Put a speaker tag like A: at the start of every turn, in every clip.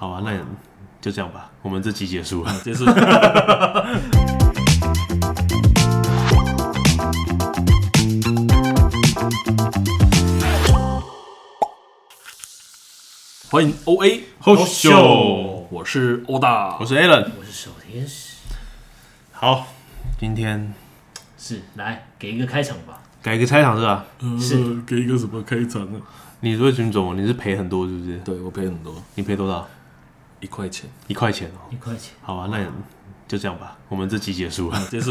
A: 好吧，那就这样吧，我们这期结束了。
B: 结束。欢迎 O A
A: 后
B: 秀
A: 秀，
B: 我是欧大
A: 我，是 Alan，
C: 我是小天使，
A: 好，今天
C: 是来给一个开场吧。
A: 改个开场是吧？
B: 呃
C: 是
B: 给一个什么开场呢？
A: 你是军总，你是赔很多是不是？
B: 对我赔很多，
A: 你赔多少？
B: 一块钱。
A: 一块钱哦、
C: 一块钱，
A: 好吧，那就这样吧，我们这期结束 了。
B: 结束。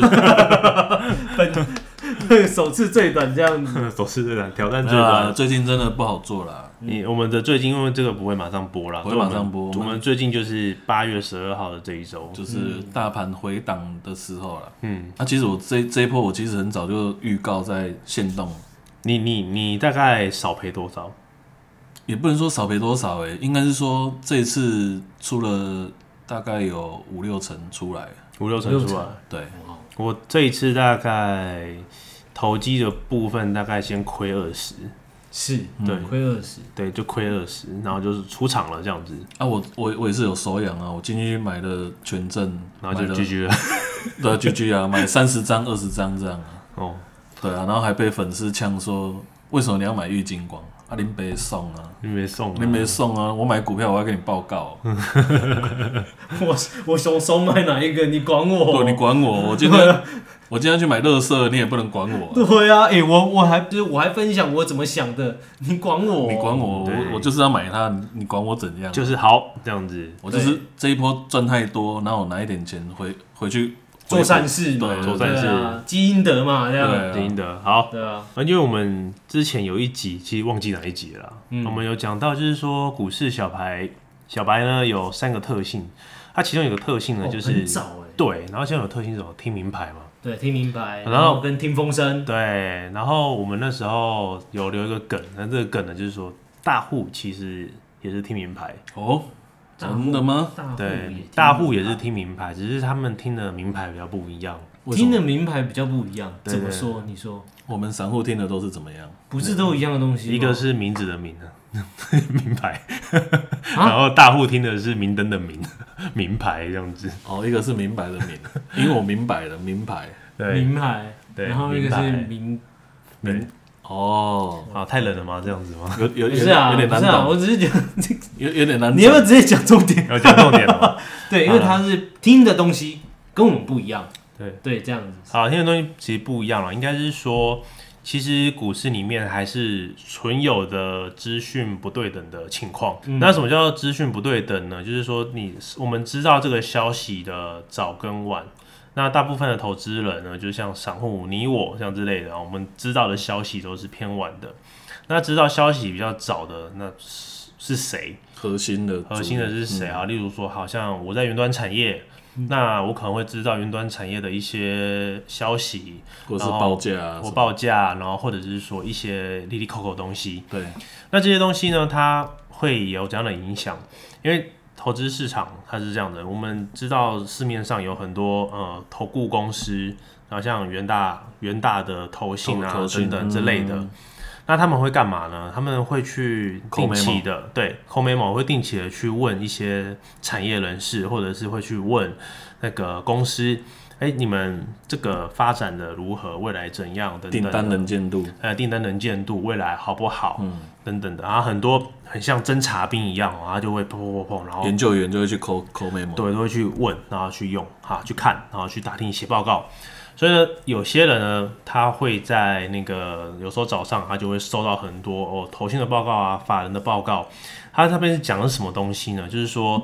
C: 首次最短这样子。
A: 走是这短，挑战最
B: 啊，
A: 短。
B: 最近真的不好做了。
A: 你我们的最近因为这个不会马上播了，
B: 不
A: 所
B: 会
A: 以我们
B: 马上播
A: 我们最近就是八月十二号的这一周，
B: 就是大盘回档的时候了。
A: 嗯，
B: 那、其实我这这一波，我其实很早就预告在限动，
A: 你你你大概少赔多少？
B: 也不能说少赔多少诶、应该是说这一次出了大概有五六成出来。
A: 五六成
C: 五六
A: 出来啊
B: 对，
C: 成。哇，
A: 我这一次大概投机的部分大概先亏二十，
C: 是，
A: 对
C: 亏二十，
A: 对，就亏二十，然后就是出场了这样子，
B: 啊我我我也是有手痒啊，我进去买的权证，
A: 然后就
B: 买了
A: GG 了。
B: 对啊 GG 啊，买三十张二十张这样啊，
A: 哦，
B: 对啊，然后还被粉丝呛说为什么你要买郁金光？啊，林北送啊，
A: 你没送啊，
B: 林北送啊，我买股票我要跟你报告、 啊
C: 我我手手买哪一个？你管我？
A: 哦
B: 对，哦你管我，我今天我今天去买乐色，你也不能管我啊、
C: 对啊，哎、我我还就是我还分享我怎么想的，你管我？
B: 你管我，
A: 对
B: 我我就是要买它，你你管我怎样？
A: 就是好这样子，
B: 我就是这一波赚太多，然后我拿一点钱回回去
C: 做善事嘛，
B: 对
A: 做善事
C: 对啊，积阴德嘛，这样。
B: 对啊
A: 赢得好。
C: 对啊，
A: 啊，因为我们之前有一集，其实忘记哪一集了啦，我们有讲到就是说股市小白，小白呢有三个特性，它其中有个特性呢
C: 哦
A: 就是、
C: 很早哎
A: 对，然后现在有特性是什么？听名牌嘛，
C: 对，听明白，
A: 然后
C: 然后跟听风声，
A: 对，然后我们那时候有留一个梗，那这个梗呢就是说大户其实也是听名牌，
B: 哦，
C: 大户
B: 真的吗？
C: 大户也
A: 对
C: 听，
A: 大户也是听名牌，只是他们听的名牌比较不一样。
B: 为什
C: 听
B: 么
C: 的名牌比较不一样，
A: 对
C: 怎么
A: 对
C: 说？你说
B: 我们散户听的都是怎么样？
C: 不是都一样的东西吗？
A: 一个是名字的名啊， 名牌，
C: 啊
A: 然后大户听的是明灯的明，名牌这样子。
B: 哦，一个是明白的明， 因为我明白了明白
A: 对，
C: 名牌，
A: 对
C: 然后一个
A: 名
C: 是
A: 牌
C: 名，
A: 对
B: 明哦，
A: 啊，太冷了吗？这样子吗？
B: 有有有
C: 不是啊，
B: 有点
C: 不
B: 难
C: 是啊，
B: 懂，
C: 我只是觉得这个，
B: 有有点难懂。
C: 你要不要直接讲重 点？
A: 要哦讲重点了吗。
C: 对，因
A: 好
C: 为
A: 了
C: 他是听的东西跟我们不一样，
A: 对，
C: 对，这样子，
A: 好，听的东西其实不一样了，应该是说，其实股市里面还是存有的资讯不对等的情况。那什么叫做资讯不对等呢？就是说你我们知道这个消息的早跟晚。那大部分的投资人呢，就像散户、你我像之类的啊，我们知道的消息都是偏晚的。那知道消息比较早的，那是是谁？
B: 核心的
A: 核心的是谁
B: 嗯
A: 啊？例如说，好像我在云端产业，那我可能会知道云端产业的一些消息，
B: 主力，或是报价啊
A: 哦我
B: 什么？
A: 报价，然后或者是说一些利利扣扣的东西。
B: 对，
A: 那这些东西呢，它会有怎样的影响？因为投资市场它是这样的，我们知道市面上有很多呃投顾公司，然后像元大、元大的投信啊
B: 投投信
A: 等等之类的。
B: 嗯
A: 那他们会干嘛呢？他们会去
B: 抠
A: 定
B: memo
A: 期的，对，抠 memo 会定期的去问一些产业人士，或者是会去问那个公司，哎、你们这个发展的如何，未来怎样等等
B: 订
A: 的
B: 单能见度，
A: 呃订单能见度未来好不好，等等的，然后很多很像侦察兵一样哦，然后就会砰砰砰砰，然后
B: 研究员就会去抠抠 memo。
A: 哦对都会去问，然后去用哈，去看，然后去打听写报告。所以呢，有些人呢，他会在那个有时候早上他就会收到很多哦投信的报告啊、法人的报告，他那边讲的是什么东西呢？就是说，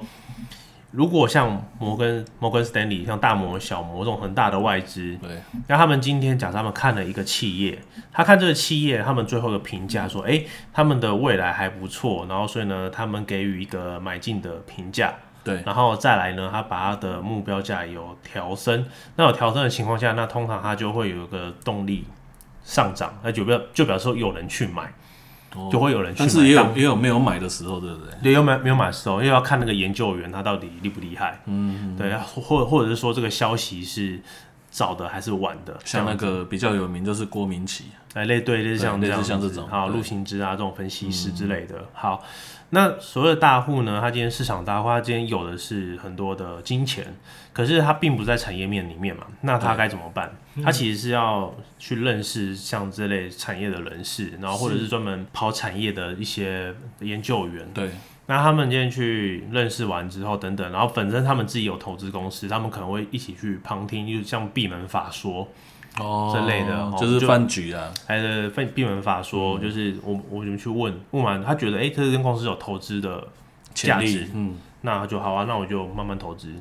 A: 如果像摩根摩根斯丹利、像大摩、小摩这种很大的外资，
B: 对，
A: 那他们今天假设他们看了一个企业，他看这个企业，他们最后的评价说，诶，他们的未来还不错，然后所以呢，他们给予一个买进的评价，
B: 对，
A: 然后再来呢，他把他的目标价有调升，那有调升的情况下，那通常他就会有一个动力上涨，那就表就表示说有人去买，
B: 哦
A: 就会有人去
B: 但
A: 买。
B: 是也
A: 当
B: 有也有没有买的时候，对不对？
A: 对，又没没有买时候，又要看那个研究员他到底厉不厉害，嗯，对，或或者是说这个消息是早的还是晚的，
B: 像那个比较有名就是郭明奇，
A: 哎，类对类似像
B: 对类似
A: 样
B: 像
A: 子
B: 这种
A: 好
B: 对
A: 陆行之啊这种分析师之类的。好，那所谓的大户呢，他今天市场大户，他今天有的是很多的金钱，可是他并不在产业面里面嘛，那他该怎么办？他其实是要去认识像这类产业的人士，然后或者是专门跑产业的一些研究员，
B: 对，
A: 那他们今天去认识完之后，等等，然后本身他们自己有投资公司，他们可能会一起去旁听，就像闭门法说，
B: 哦
A: 这类的哦
B: 就是
A: 就
B: 饭局啊，
A: 还有闭闭门法说，就是我我们去问问完，他觉得哎、诶这间公司有投资的
B: 潜
A: 价
B: 力
A: 值，，
B: 嗯，
A: 那他就好啊，那我就慢慢投资。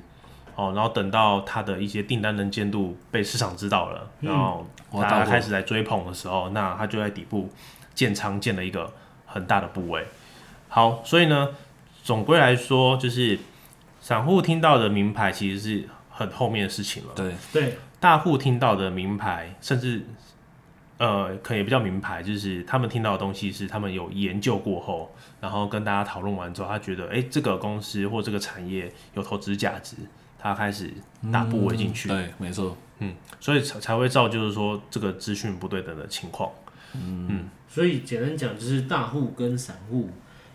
A: 哦，然后等到他的一些订单能见度被市场知道了，然后
B: 我
A: 大
B: 到
A: 家开始来追捧的时候，那他就在底部建仓建了一个很大的部位。好，所以呢，总归来说，就是散户听到的名牌其实是很后面的事情了。
B: 对，
C: 对，
A: 大户听到的名牌，甚至呃，可能也不叫名牌，就是他们听到的东西是他们有研究过后，然后跟大家讨论完之后，他觉得哎、诶这个公司或这个产业有投资价值，他开始大部位进去，
B: 对，没错，
A: 嗯，所以才才会造就是说这个资讯不对等的情况。
C: 所以简单讲就是大户跟散户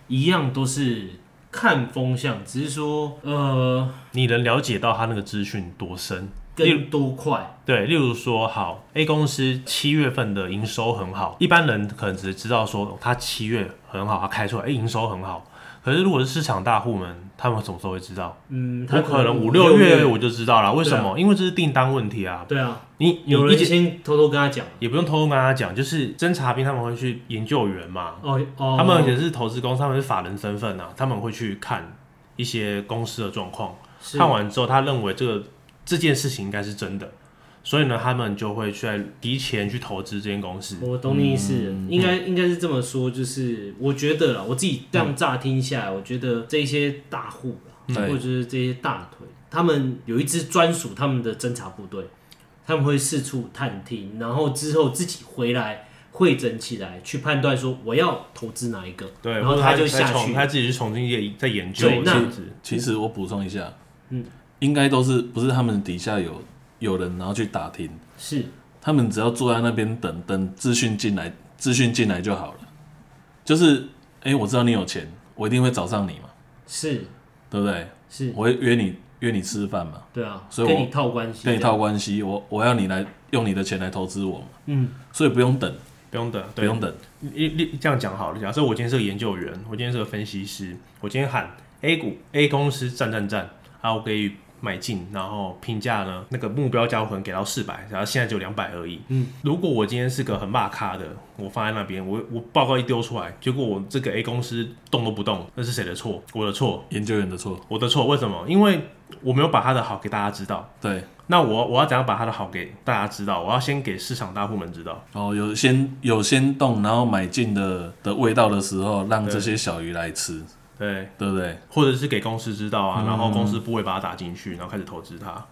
C: 一样都是看风向，只是说呃
A: 你能了解到他那个资讯多深？
C: 更多快，
A: 对，例如说，好，A 公司七月份的营收很好，一般人可能只知道说它七月很好，它开出来，哎、营收很好。可是如果是市场大户们，他们什么时候会知道？
C: 嗯，他
A: 我可能五
C: 五
A: 六月
C: 月，
A: 我就知道了，为什
C: 对啊
A: 么？因为这是订单问题啊。
C: 对啊，
A: 你你
C: 有
A: 一
C: 人
A: 直
C: 先偷偷跟他讲，
A: 也不用偷偷跟他讲，就是侦察兵他们会去研究员嘛，
C: 哦哦，
A: 他们也是投资公司，他们是法人身份啊，他们会去看一些公司的状况。
C: 是
A: 看完之后，他认为这个这件事情应该是真的，所以呢，他们就会去提前去投资这间公司。
C: 我懂你意思，应该应该是这么说，就是我觉得啦，我自己这样乍听下来，我觉得这些大户啦，
B: 对
C: 或者是这些大腿，他们有一支专属他们的侦察部队，他们会四处探听，然后之后自己回来会整起来，去判断说我要投资哪一个，
A: 对，
C: 然
A: 或
C: 后
A: 者
C: 他就
A: 在
C: 下
A: 重
C: 去，
A: 他自己去重新也在研究
C: 对
A: 这
C: 那
A: 样子。
B: 其实我补充一下，
C: 嗯，
B: 应该都是不是他们底下有有人然后去打听，
C: 是
B: 他们只要坐在那边等等资讯进来，资讯进来就好了。就是，哎、我知道你有钱，我一定会找上你嘛，
C: 是
B: 对不对？
C: 是，
B: 我会约你约你吃饭嘛，
C: 对啊，
B: 所以我
C: 跟你套关系，
B: 跟你套，关系，我我要你来用你的钱来投资我嘛，
C: 嗯，
B: 所以不用等，
A: 不用等，
B: 不
A: 对，
B: 用等，
A: 一一这样讲好了。假设我今天是个研究员，我今天是个分析师，我今天喊 A 股 A 公司赞赞赞，啊，我给予买进，然后评价呢，那个目标价我可能给到四百，然后现在只有两百而已。嗯，如果我今天是个很骂咖的，我放在那边，我我报告一丢出来，结果我这个 A 公司动都不动，那是谁的错？我的错，
B: 研究员的错，
A: 我的错。为什么？因为我没有把他的好给大家知道。
B: 对，
A: 那我我要怎样把他的好给大家知道？我要先给市场大户们知道。
B: 哦，有先有先动，然后买进的的味道的时候，让这些小鱼来吃，
A: 对，
B: 对不对？
A: 或者是给公司知道
C: 嗯
A: 啊，然后公司部位把它打进去，然后开始投资它。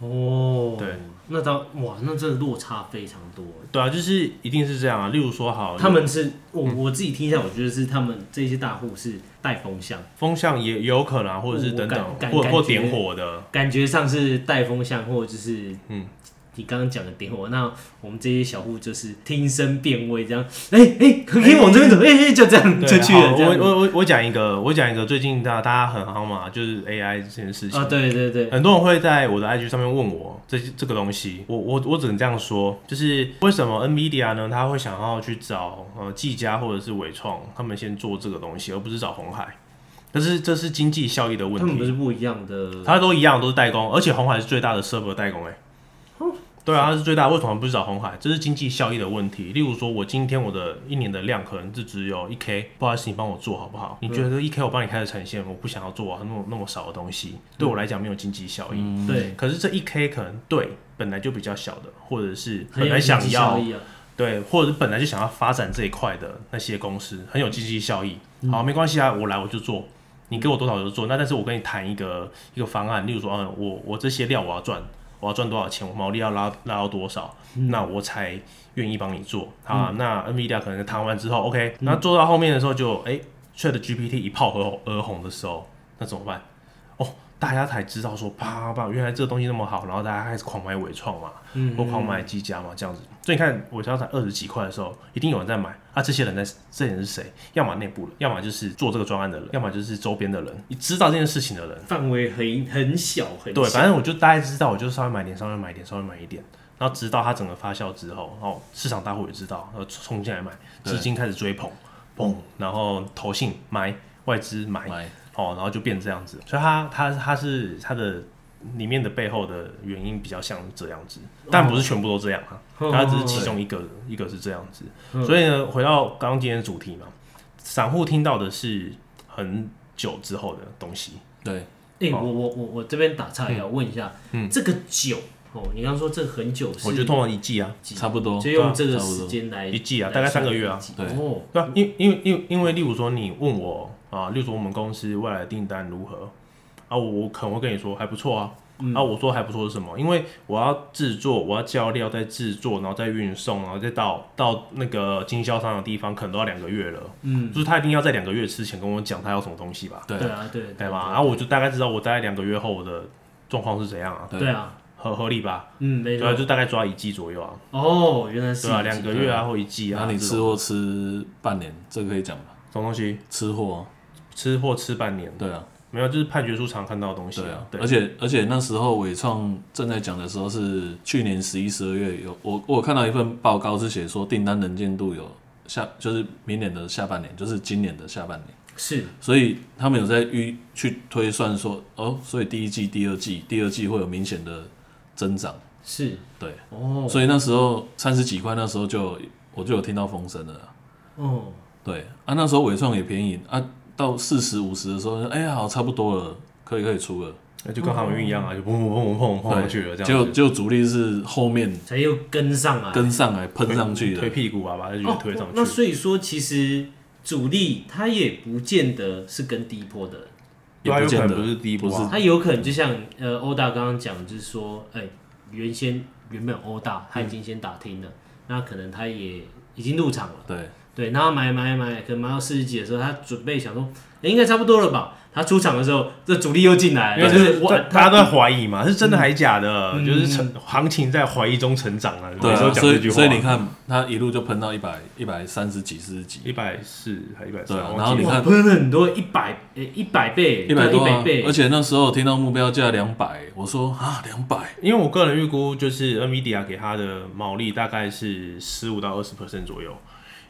C: 哦，
A: 对，
C: 那当哇，那真的落差非常多，
A: 对啊，就是一定是这样啊。例如说好，
C: 他们是我
A: 嗯
C: 我自己听一下，我觉得是他们这些大户是带风向，
A: 风向也也有可能、啊，或者是等等
C: 我，感
A: 或
C: 感
A: 或
C: 感觉
A: 点火的，
C: 感觉上是带风向，或者就是
A: 嗯。
C: 你刚刚讲的点火，那我们这些小户就是听声辨位，这样，哎、哎，可可以往这边走，哎、哎、就这样
A: 对啊
C: 就去
A: 好
C: 了，这样
A: 我我我我讲一个，我讲一个，最近大大家很夯嘛，就是 AI 这件事情。
C: 啊，对对对，
A: 很多人会在我的 IG 上面问我这这个东西，我我我只能这样说，就是为什么 NVIDIA 呢？他会想要去找呃技嘉或者是伟创，他们先做这个东西，而不是找红海。但是这是经济效益的
C: 他
A: 问
C: 们不
A: 题，
C: 是不一样的，
A: 它都一样，都是代工，而且红海是最大的 server 代工哎、
C: 哦
A: 对啊，它是最大，为什么不是找红海？这是经济效益的问题。例如说，我今天我的一年的量可能就只有一 k，不好意思，你帮我做好不好？你觉得一 k 我帮你开的产线，我不想要做啊，那么那么少的东
C: 嗯
A: 西，对我来讲没有经济效益。
C: 对，
A: 可是这一 K 可能对本来就比较小的，或者是
C: 很
A: 本
C: 有
A: 来
C: 经
A: 想
C: 济效
A: 要
C: 益啊，
A: 对，或者是本来就想要发展这一块的那些公司，很有经济效益。好，没关系啊，我来我就做，你给我多少我就做。那但是我跟你谈一个一个方案，例如说，嗯，我我这些料我要赚，我要赚多少钱，我毛利要拉拉到多少，那我才愿意帮你做。好啊，那 NVIDIA 可能谈完之后，OK，那做到后面的时候就，哎，Chat GPT 一炮而而红的时候，那怎么办？哦，大家才知道说，啪啪，原来这个东西那么好，然后大家开始狂买伟创嘛，
C: 嗯
A: 或狂买技嘉嘛，这样子。所以你看，伟创才二十几块的时候，一定有人在买啊。这些人在，这些人是谁？要么内部人，要么就是做这个专案的人，要么就是周边的人，你知道这件事情的人。
C: 范围很很小很小，
A: 对，反正我就大概知道，我就稍微买一点，稍微买一点，稍微买一点，然后直到它整个发酵之后，然后市场大户也知道，然后冲进来买，
B: 对
A: 资金开始追捧，
B: 嘣
A: 然后投信买，外资买，
B: 买，
A: 哦，然后就变这样子。所以它它它是它的里面的背后的原因比较像这样子，但不是全部都这样啊，
C: 哦
A: 它只是其中一个一个是这样子。
C: 嗯
A: 所以呢，回到刚刚今天的主题嘛，散户听到的是很久之后的东西，
B: 对，
C: 哎、
A: 哦
C: 我我我我这边打岔
A: 嗯
C: 一下，问一下，这个酒哦，你刚刚说这个很久是
A: 我觉得通常一季啊。
C: 几
B: 差不多
C: 就用这
B: 对啊
C: 个
B: 差不多
C: 时间来
A: 一季啊
C: 来
A: 大概
C: 算
A: 三个月啊
C: 一季
B: 对
C: 哦，
A: 对啊，因因为因为因为，例如说你问我啊，例如说我们公司未来的订单如何啊，我可能会跟你说还不错啊。
C: 嗯
A: 啊，我说还不错是什么？因为我要制作，我要交料，再制作，然后再运送，然后再到到那个经销商的地方，可能都要两个月了。
C: 嗯，
A: 就是他一定要在两个月之前跟我讲他要什么东西吧，
B: 对
C: 对啊，对
A: 对
C: 对
A: 吧？然后我就大概知道我大概两个月后我的状况是怎样啊，
B: 对
C: 对啊，
A: 合合理吧？
C: 嗯，没
A: 对啊，
C: 错，
A: 就大概抓一季左右啊，
C: 哦，原来是
A: 对啊，两个月啊或一季
B: 然
A: 啊
B: 后，你
A: 这
B: 吃
A: 种
B: 货吃半年，这个可以讲吧？
A: 什么东西？
B: 吃货，
A: 吃货吃半年，
B: 对啊，
A: 没有，就是判决书常看到的东西
B: 对啊，
A: 对
B: 而，且而且那时候伟创正在讲的时候是去年十一、十二月有我我有看到一份报告是写说订单能见度有下，就是明年的下半年，就是今年的下半年，
C: 是
B: 所以他们有在预去推算说哦，所以第一季、第二季、第二季会有明显的增长，
C: 是
B: 对，
C: 哦
B: 所以那时候三十几块那时候就我就有听到风声了啊。
C: 哦，
B: 对啊，那时候伟创也便宜啊，到四十五十的时候，哎呀，好，差不多了，可以可以出了。
A: 那就跟航运一样啊，
B: 嗯
A: 就砰砰砰砰砰砰上去了，这
B: 结果
A: 样子，
B: 结果主力是后面
C: 才又跟上来，
B: 跟上来喷上去
A: 推
B: 的，
A: 屁股啊，把它
C: 哦
A: 就推上
C: 那
A: 去。
C: 所以说，其实主力他也不见得是跟低波的人，
A: 对啊，
B: 也
A: 有
B: 不见
A: 可
B: 得
A: 能不是第一波
B: 不
A: 啊，
C: 他有可能就像呃欧大刚刚讲，就是说，哎、原先原本欧大他已经先打听了，那可能他也已经入场了。
B: 对
C: 对，然后买买买，可能买到四十几的时候，他准备想说，诶应该差不多了吧？他出场的时候，这主力又进来
A: 因
C: 了，
A: 为
C: 就
A: 就是嗯是
C: 哇
A: 大，大家都在怀疑嘛，是真的还假的？就是成行情在怀疑中成长啊，有
B: 对
A: 时候
B: 啊，
A: 讲
B: 所
A: 这句
B: 以
A: 话。
B: 所以你看，它一路就喷到一百一百三十几、四十几，
A: 一百四还一百
B: 对
A: 三
B: 啊，
A: 忘
B: 然后
A: 记
B: 你
A: 了
B: 看
C: 哇喷了很多，一百呃一百倍，
B: 一百
C: 对
B: 多
C: 一百
B: 啊
C: 倍，，
B: 而且那时候听到目标价两百，我说啊，两百，
A: 因为我个人预估就是 NVIDIA 给它的毛利大概是十五到二十 percent 左右，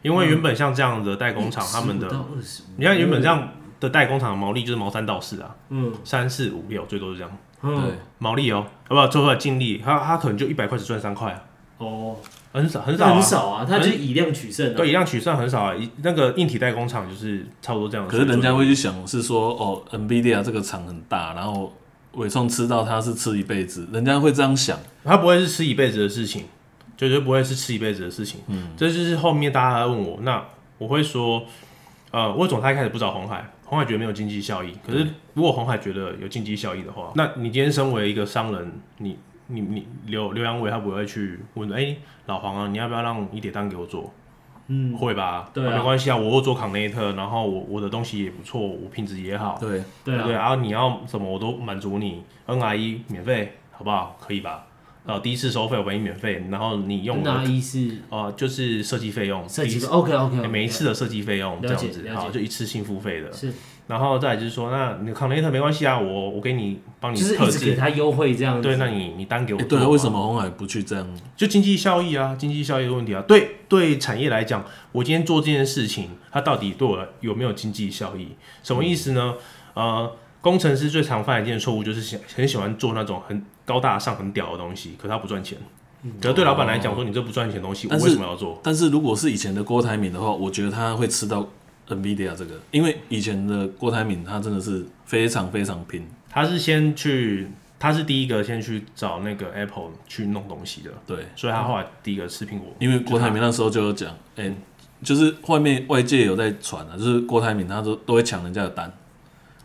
A: 因为原本像这样的代工
B: 嗯
A: 厂，他们的
C: 15到25
A: 你看原本这样的代工厂的毛利就是毛三到四啊，
C: 嗯
A: 三四五六最多是这样。
C: 嗯
B: 对
A: 毛利哦，啊不，最后的净利，他他可能就一百块只赚三块啊，
C: 哦，
A: 很少很
C: 很
A: 少、啊，
C: 很少啊，他就是以量取胜啊，
A: 对，一样取算很少啊。一那个硬体代工厂就是差不多这样的
B: 可
A: 水
B: 是
A: 准。
B: 人家会去想是说，哦，NVIDIA 这个厂很大，然后伟创吃到它是吃一辈子，人家会这样想，
A: 他不会是吃一辈子的事情，绝对不会是吃一辈子的事情。嗯，这就是后面大家来问我，那我会说，呃，魏总他一开始不找红海，红海觉得没有经济效益。可是如果红海觉得有经济效益的话，那你今天身为一个商人，你你你刘刘阳伟他不会去问，哎、老黄啊，你要不要让一叠单给我做？
C: 嗯，
A: 会吧？
C: 对啊
A: 没关系啊，我又做 Connect，然后我我的东西也不错，我品质也好，
B: 对
C: 对
A: 不对？
C: 啊，
A: 然后你要什么我都满足你，NRE 免费，好不好？可以吧？呃，第一次收费我给你免费，然后你用我
C: 那
A: 的
C: 一是
A: 呃就是设计费用，
C: 设
A: 第
C: 计
A: 一次
C: OK OK，
A: 哎每一次的设计费用这
C: 了
A: 样
C: 解
A: 子，
C: 了解
A: 好，就一次性付费的。
C: 是
A: 然后再来就是说，那你 Connect 没关系啊，我我给你帮你
C: 就是
A: 特
C: 一直给
A: 制，
C: 他优惠这样子，
A: 对，那你你单给我
B: 诶
A: 做
B: 对
A: 嘛
B: 啊，为什么红海不去这样？
A: 就经济效益啊，经济效益的问题啊，对对，产业来讲，我今天做这件事情，它到底对我有没有经济效益？什么意思呢？呃，工程师最常犯的一件错误就是想很喜欢做那种很高大上、很屌的东西，可它不赚钱。
B: 嗯
A: 可是对老板来
B: 哦
A: 讲，说你这不赚钱的东西，我
B: 但是
A: 为什么要做？
B: 但是如果是以前的郭台铭的话，我觉得他会吃到 NVIDIA 这个，因为以前的郭台铭他真的是非常非常拼，
A: 他是先去，他是第一个先去找那个 Apple 去弄东西的，
B: 对，
A: 所以他后来第一个吃苹果。
B: 因为郭台铭那时候就有讲，
A: 啊
B: 哎、就是外面外界有在传啊，就是郭台铭他都都会抢人家的单，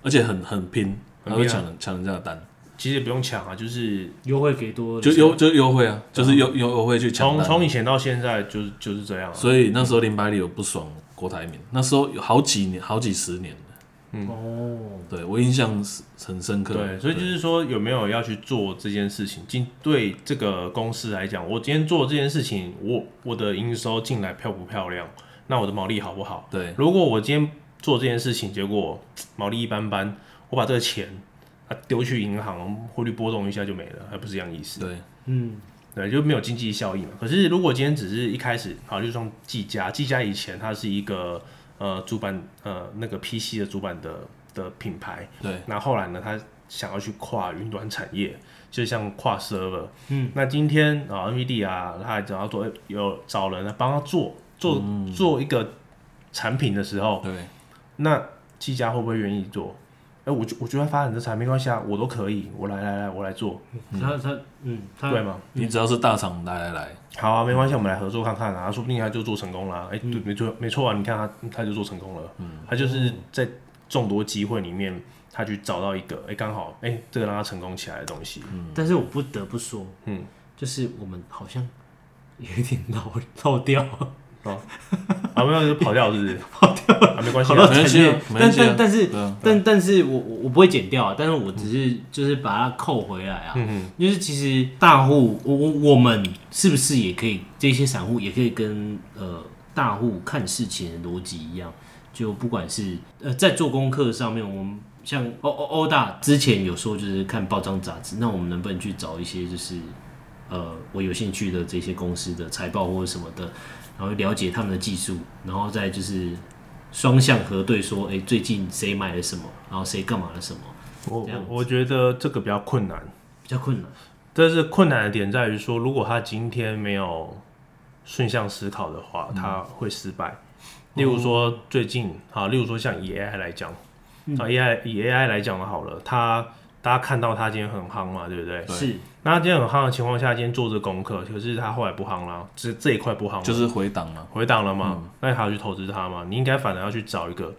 B: 而且很很拼，他
A: 很拼啊
B: 会抢人抢人家的单，
A: 其实也不用抢啊，就是
C: 优惠给多
B: 就优就优惠啊，就是优优优惠去
A: 嗯
B: 抢
A: 从
B: 单。
A: 从以前到现在就是就是这样啊。
B: 所以那时候林百里有不爽郭台铭，那时候有好几年好几十年了
C: 哦，
B: 对我印象是很深刻。
A: 对，所以就是说有没有要去做这件事情？今对这个公司来讲，我今天做这件事情，我我的营收进来漂不漂亮？那我的毛利好不好？
B: 对
A: 如果我今天做这件事情，结果毛利一般般，我把这个钱啊丢去银行，汇率波动一下就没了，还不是一样意思？
B: 对
C: 嗯，
A: 对，就没有经济效益嘛。可是如果今天只是一开始，好，就像技嘉，技嘉以前它是一个呃主板呃那个 PC 的主板的的品牌，
B: 对
A: 那后来呢，他想要去跨云端产业，就像跨 server。嗯，那今天啊，NVD 啊，他还找他做有找人来帮他做做、做一个产品的时候，
B: 对
A: 那技嘉会不会愿意做？哎、我觉我觉得发展这产品没关系啊，我都可以，我来来来，我来做，
C: 他他嗯，他
A: 对吗？
B: 你只要是大厂来来来，
A: 好啊，没关系，我们来合作看看啊，说不定他就做成功啦。哎、对，没错，没错啊，你看他他就做成功了，他就是在众多机会里面，他去找到一个，哎、刚好，哎、这个让他成功起来的东西，
C: 但是我不得不说，
A: 嗯，
C: 就是我们好像有点老老掉，
A: 啊，没有就跑掉是不是？ 跑掉啊，没关系
C: 跑
A: 啊，
C: 到
B: 没关
C: 产
B: 系啊
C: 业，
B: 没
C: 但
B: 关系啊
C: 但但是
B: 对啊
C: 但但是我我我不会剪掉啊，但是我只是就是把它扣回来啊，
A: 嗯
C: 就是其实大户，我我我们是不是也可以这些散户也可以跟呃大户看事情的逻辑一样？就不管是呃在做功课上面，我们像欧欧欧大之前有说就是看报章杂志，那我们能不能去找一些就是呃我有兴趣的这些公司的财报或者什么的，然后了解他们的技术，然后再就是双向核对说，哎、最近谁买了什么，然后谁干嘛了什么，
A: 我
C: 这样子
A: 我觉得这个比较困难，
C: 比较困难。
A: 但是困难的点在于说，如果他今天没有顺向思考的话，他会失败。例如说最近啊，例如说像以 AI 来讲，啊 AI 以 AI 来讲的好了，他大家看到他今天很夯嘛，对不对？
C: 是，
A: 那他今天很夯的情况下，今天做这功课，可是他后来不夯啦，这这一块不夯了，
B: 就是回档嘛。
A: 回档了嘛，那你还要去投资它嘛？你应该反而要去找一个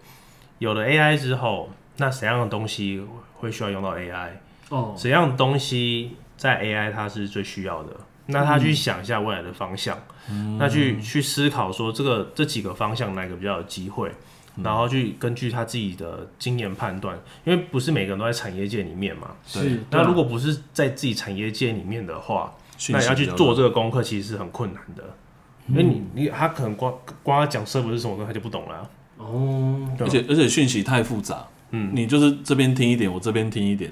A: 有了 AI 之后，那怎样的东西会需要用到 AI？
C: 哦，
A: 怎样的东西在 AI 它是最需要的？那他去想一下未来的方向，那去去思考说这个这几个方向哪个比较有机会，然后去根据他自己的经验判断，因为不是每个人都在产业界里面嘛。
B: 对
C: 是。
A: 那如果不是在自己产业界里面的话，那你要去做这个功课，其实是很困难的，因为
B: 嗯
A: 你你他可能光光他讲 server 是什么东西，他就不懂了啊、
C: 哦，
A: 对
B: 而且而且讯息太复杂，嗯，你就是这边听一点，我这边听一点，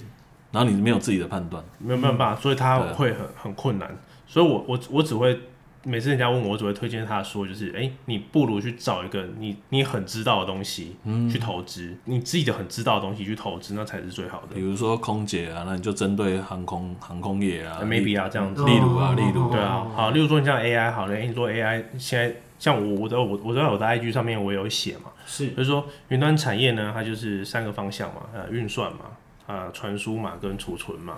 B: 然后你没有自己的判断，
A: 没有没有办法，所以他
B: 对啊
A: 会很很困难。所以我我我只会每次人家问我，我只会推荐他说，就是哎、诶你不如去找一个你你很知道的东西、
B: 嗯
A: 去投资，你自己的很知道的东西去投资，那才是最好的
B: 比。如说空姐啊，那你就针对航空航空业啊
A: 呃 maybe 啊，这样子，
B: 例如啊
C: 哦
B: 例如
A: 对啊，好，例如说你像 AI 好了，诶你说 AI 现在像我我的我我在我的 IG 上面我有写嘛，
C: 哦是
A: 就是说云端产业呢，它就是三个方向嘛，呃，运算嘛，呃，传输嘛，跟储存嘛。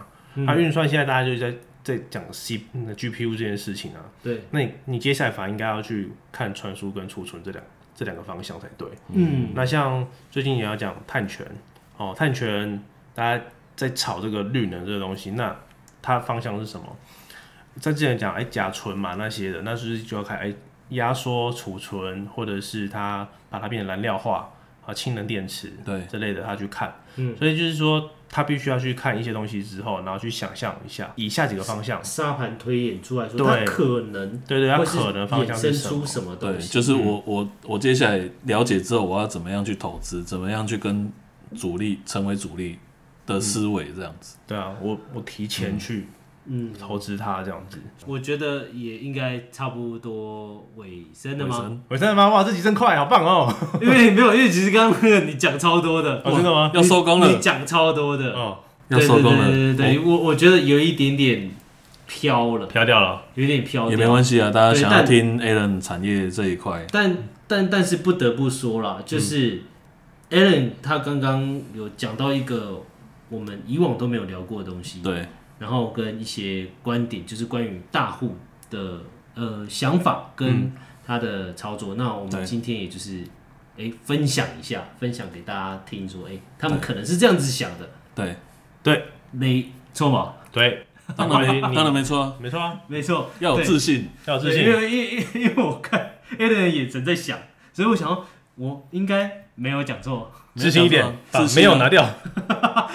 A: 它、运算现在大家就在在讲 C 那个 GPU 这件事情啊，
C: 对，
A: 那你你接下来反而应该要去看传输跟储存这两这两个方向才对。
C: 嗯，
A: 那像最近也要讲碳权哦，碳权大家在炒这个绿能这个东西，那它方向是什么？在之前讲哎甲醇嘛那些的，那是不是就要开哎压缩储存，或者是它把它变成燃料化啊氢能电池
B: 对
A: 这类的，他去看。
C: 嗯，
A: 所以就是说他必须要去看一些东西之后，然后去想象一下以下几个方向，
C: 沙盘推演出来说，
A: 对
C: 它可能
A: 对对，它
C: 会是
A: 可能方向
C: 衍
A: 是
C: 生
A: 什么
C: 出？什么
B: 对，
C: 东西？
B: 就是我我我接下来了解之后，我要怎么样去投资，怎么样去跟主力成为主力的思维这样子，
A: 对啊，我我提前去
C: 嗯，
A: 投资它这样子。
C: 我觉得也应该差不多尾声了
B: 尾
C: 吗？
B: 声
A: 我真的吗？哇，这集真快，好棒哦！
C: 因为没有，因为其实刚刚那个你讲超多的，
A: 哦，真的吗？
B: 要收工
C: 你
B: 了，
C: 讲超多的，
A: 哦，
B: 要
C: 对
B: 收工了，
C: 对对对对，我我觉得有一点点飘了，
A: 飘掉了。
C: 有点飘
B: 我也没
C: 掉，
B: 关系啊，大家
C: 对
B: 想要
C: 但
B: 听 Alan 产业这一块，
C: 但但但是不得不说啦，就是 Alan 他刚刚有讲到一个我们以往都没有聊过的东西，
B: 对
C: 然后跟一些观点，就是关于大户的呃想法跟他的操作。那我
B: 对
C: 们今天也就是哎、诶分享一下，分享给大家听说，哎、他们可能是这样子想的，
B: 对，
C: 没错吧？
A: 对，
B: 当然
A: 你
B: 当然没错啊，
A: 没错啊，
C: 没错，
B: 要有
C: 对
B: 自信，
A: 要有自
C: 对因
A: 信。
C: 为因为因为我看 Alan 的眼神在想，所以我想要我应该没有讲错，
A: 执行一点，把
B: 自信啊
A: 没有拿掉，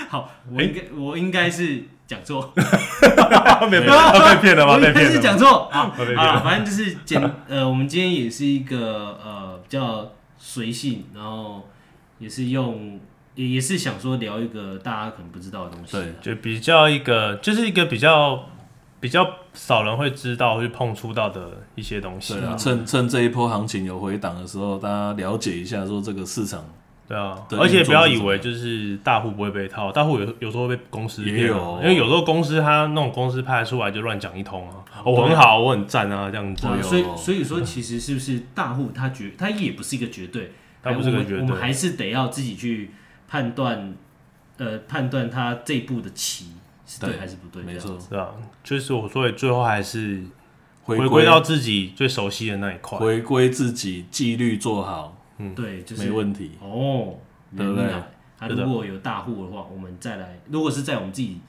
C: 好，我应该、我应该是讲 错，
A: 没有被啊 被骗了吗？
C: 我
A: 被
C: 应该
A: 骗
C: 是
A: 了吗
C: 讲。错啊
A: 被骗
C: 啊，反正就是简 呃，我们今天也是一个呃比较随性，然后也是用也也是想说聊一个大家可能不知道的东西，
B: 对
A: 就比较一个，就是一个比较比较少人会知道、会碰触到的一些东西
B: 对
A: 啦
B: 啊，趁趁这一波行情有回档的时候，大家了解一下说这个市场
A: 对啊，
B: 对
A: 而且
B: 运作
A: 不要
B: 是
A: 以
B: 怎么
A: 为
B: 样
A: 就是大户不会被套，大户有有时候会被公司
B: 也
A: 骗啊
B: 有
A: 因为有时候公司他那种公司派出来就乱讲一通啊，哦我很好，我很赞啊这样子
B: 对，
C: 啊
B: 有
C: 所以所以说其实是不是大户他绝他也不是一个绝对，哎
A: 他不是个绝对
C: 我们我们还是得要自己去判断，呃，判断他这一步的棋是对
B: 对
C: 还是不对，
B: 没错，
A: 对啊，就是我所以最后还是
B: 回
A: 回归到自己最熟悉的那一块，
B: 回归自己，纪律做好，
A: 嗯
C: 这样，对，就是
B: 没问题。
C: 哦，
B: 对不对
C: 原来啊，
A: 是的
C: 如果有大户的话，我们再来；如果是在我们自己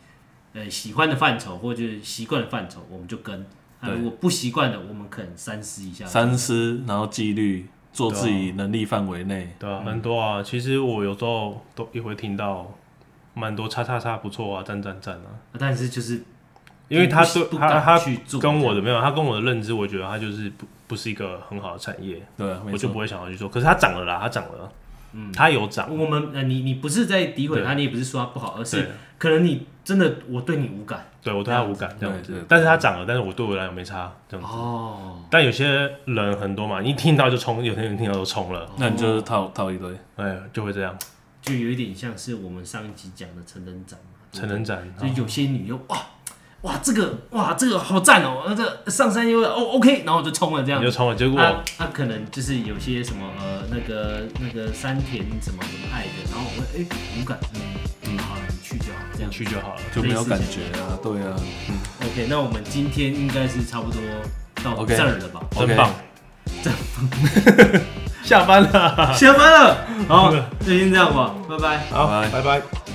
C: 呃喜欢的范畴或者是习惯的范畴，我们就跟；啊，
B: 对
C: 如果不习惯的，我们可能三思一下。
B: 三思，然后纪律，做
A: 对啊
B: 自己能力范围内。
A: 对啊，很多啊，其实我有时候都也会听到蛮多叉叉叉不错啊，赞赞赞啊，
C: 啊但是就是
A: 因为他
C: 不
A: 对
C: 不
A: 他
C: 敢
A: 他
C: 去做
A: 跟我
C: 这
A: 的
C: 样
A: 没有，他跟我的认知，我觉得他就是不不是一个很好的产业，
B: 对啊，没
A: 我就
B: 错
A: 不。会想要去做。可是他涨了啦，他涨了，嗯，他有涨，
C: 我们呃，你你不是在诋毁
A: 对
C: 他，你也不是说他不好，而
A: 对
C: 是可能你真的我对你无感
A: 对我对他无感这样
B: 对对
A: 子
B: 对，
A: 但是他涨了，但是我对我来讲没差这样子。
C: 哦，
A: 但有些人很多嘛，一听到就冲，有些人听到就冲了，
B: 那你就是套套一堆，
A: 哎，就会这样。
C: 就有一点像是我们上一集讲的成人展嘛，
A: 成人展，哦
C: 所以有些女优哇哇这个哇这个好赞哦，那这上山优雅哦 OK，然后我就冲了这样啊
A: 你就冲了，结果
C: 他他可能就是有些什么呃那个那个山田什么什么爱的，然后我会哎、无感，嗯，好了，你去就好，这样
A: 去就好了。
B: 就没有感觉啊。对啊，
C: OK，那我们今天应该是差不多到
B: OK
C: 这儿了吧？
A: 真
B: OK
A: 棒，真棒！下班了，
C: 下班了，好，就先这样吧，拜拜。
A: 好，
B: 拜
A: 拜拜。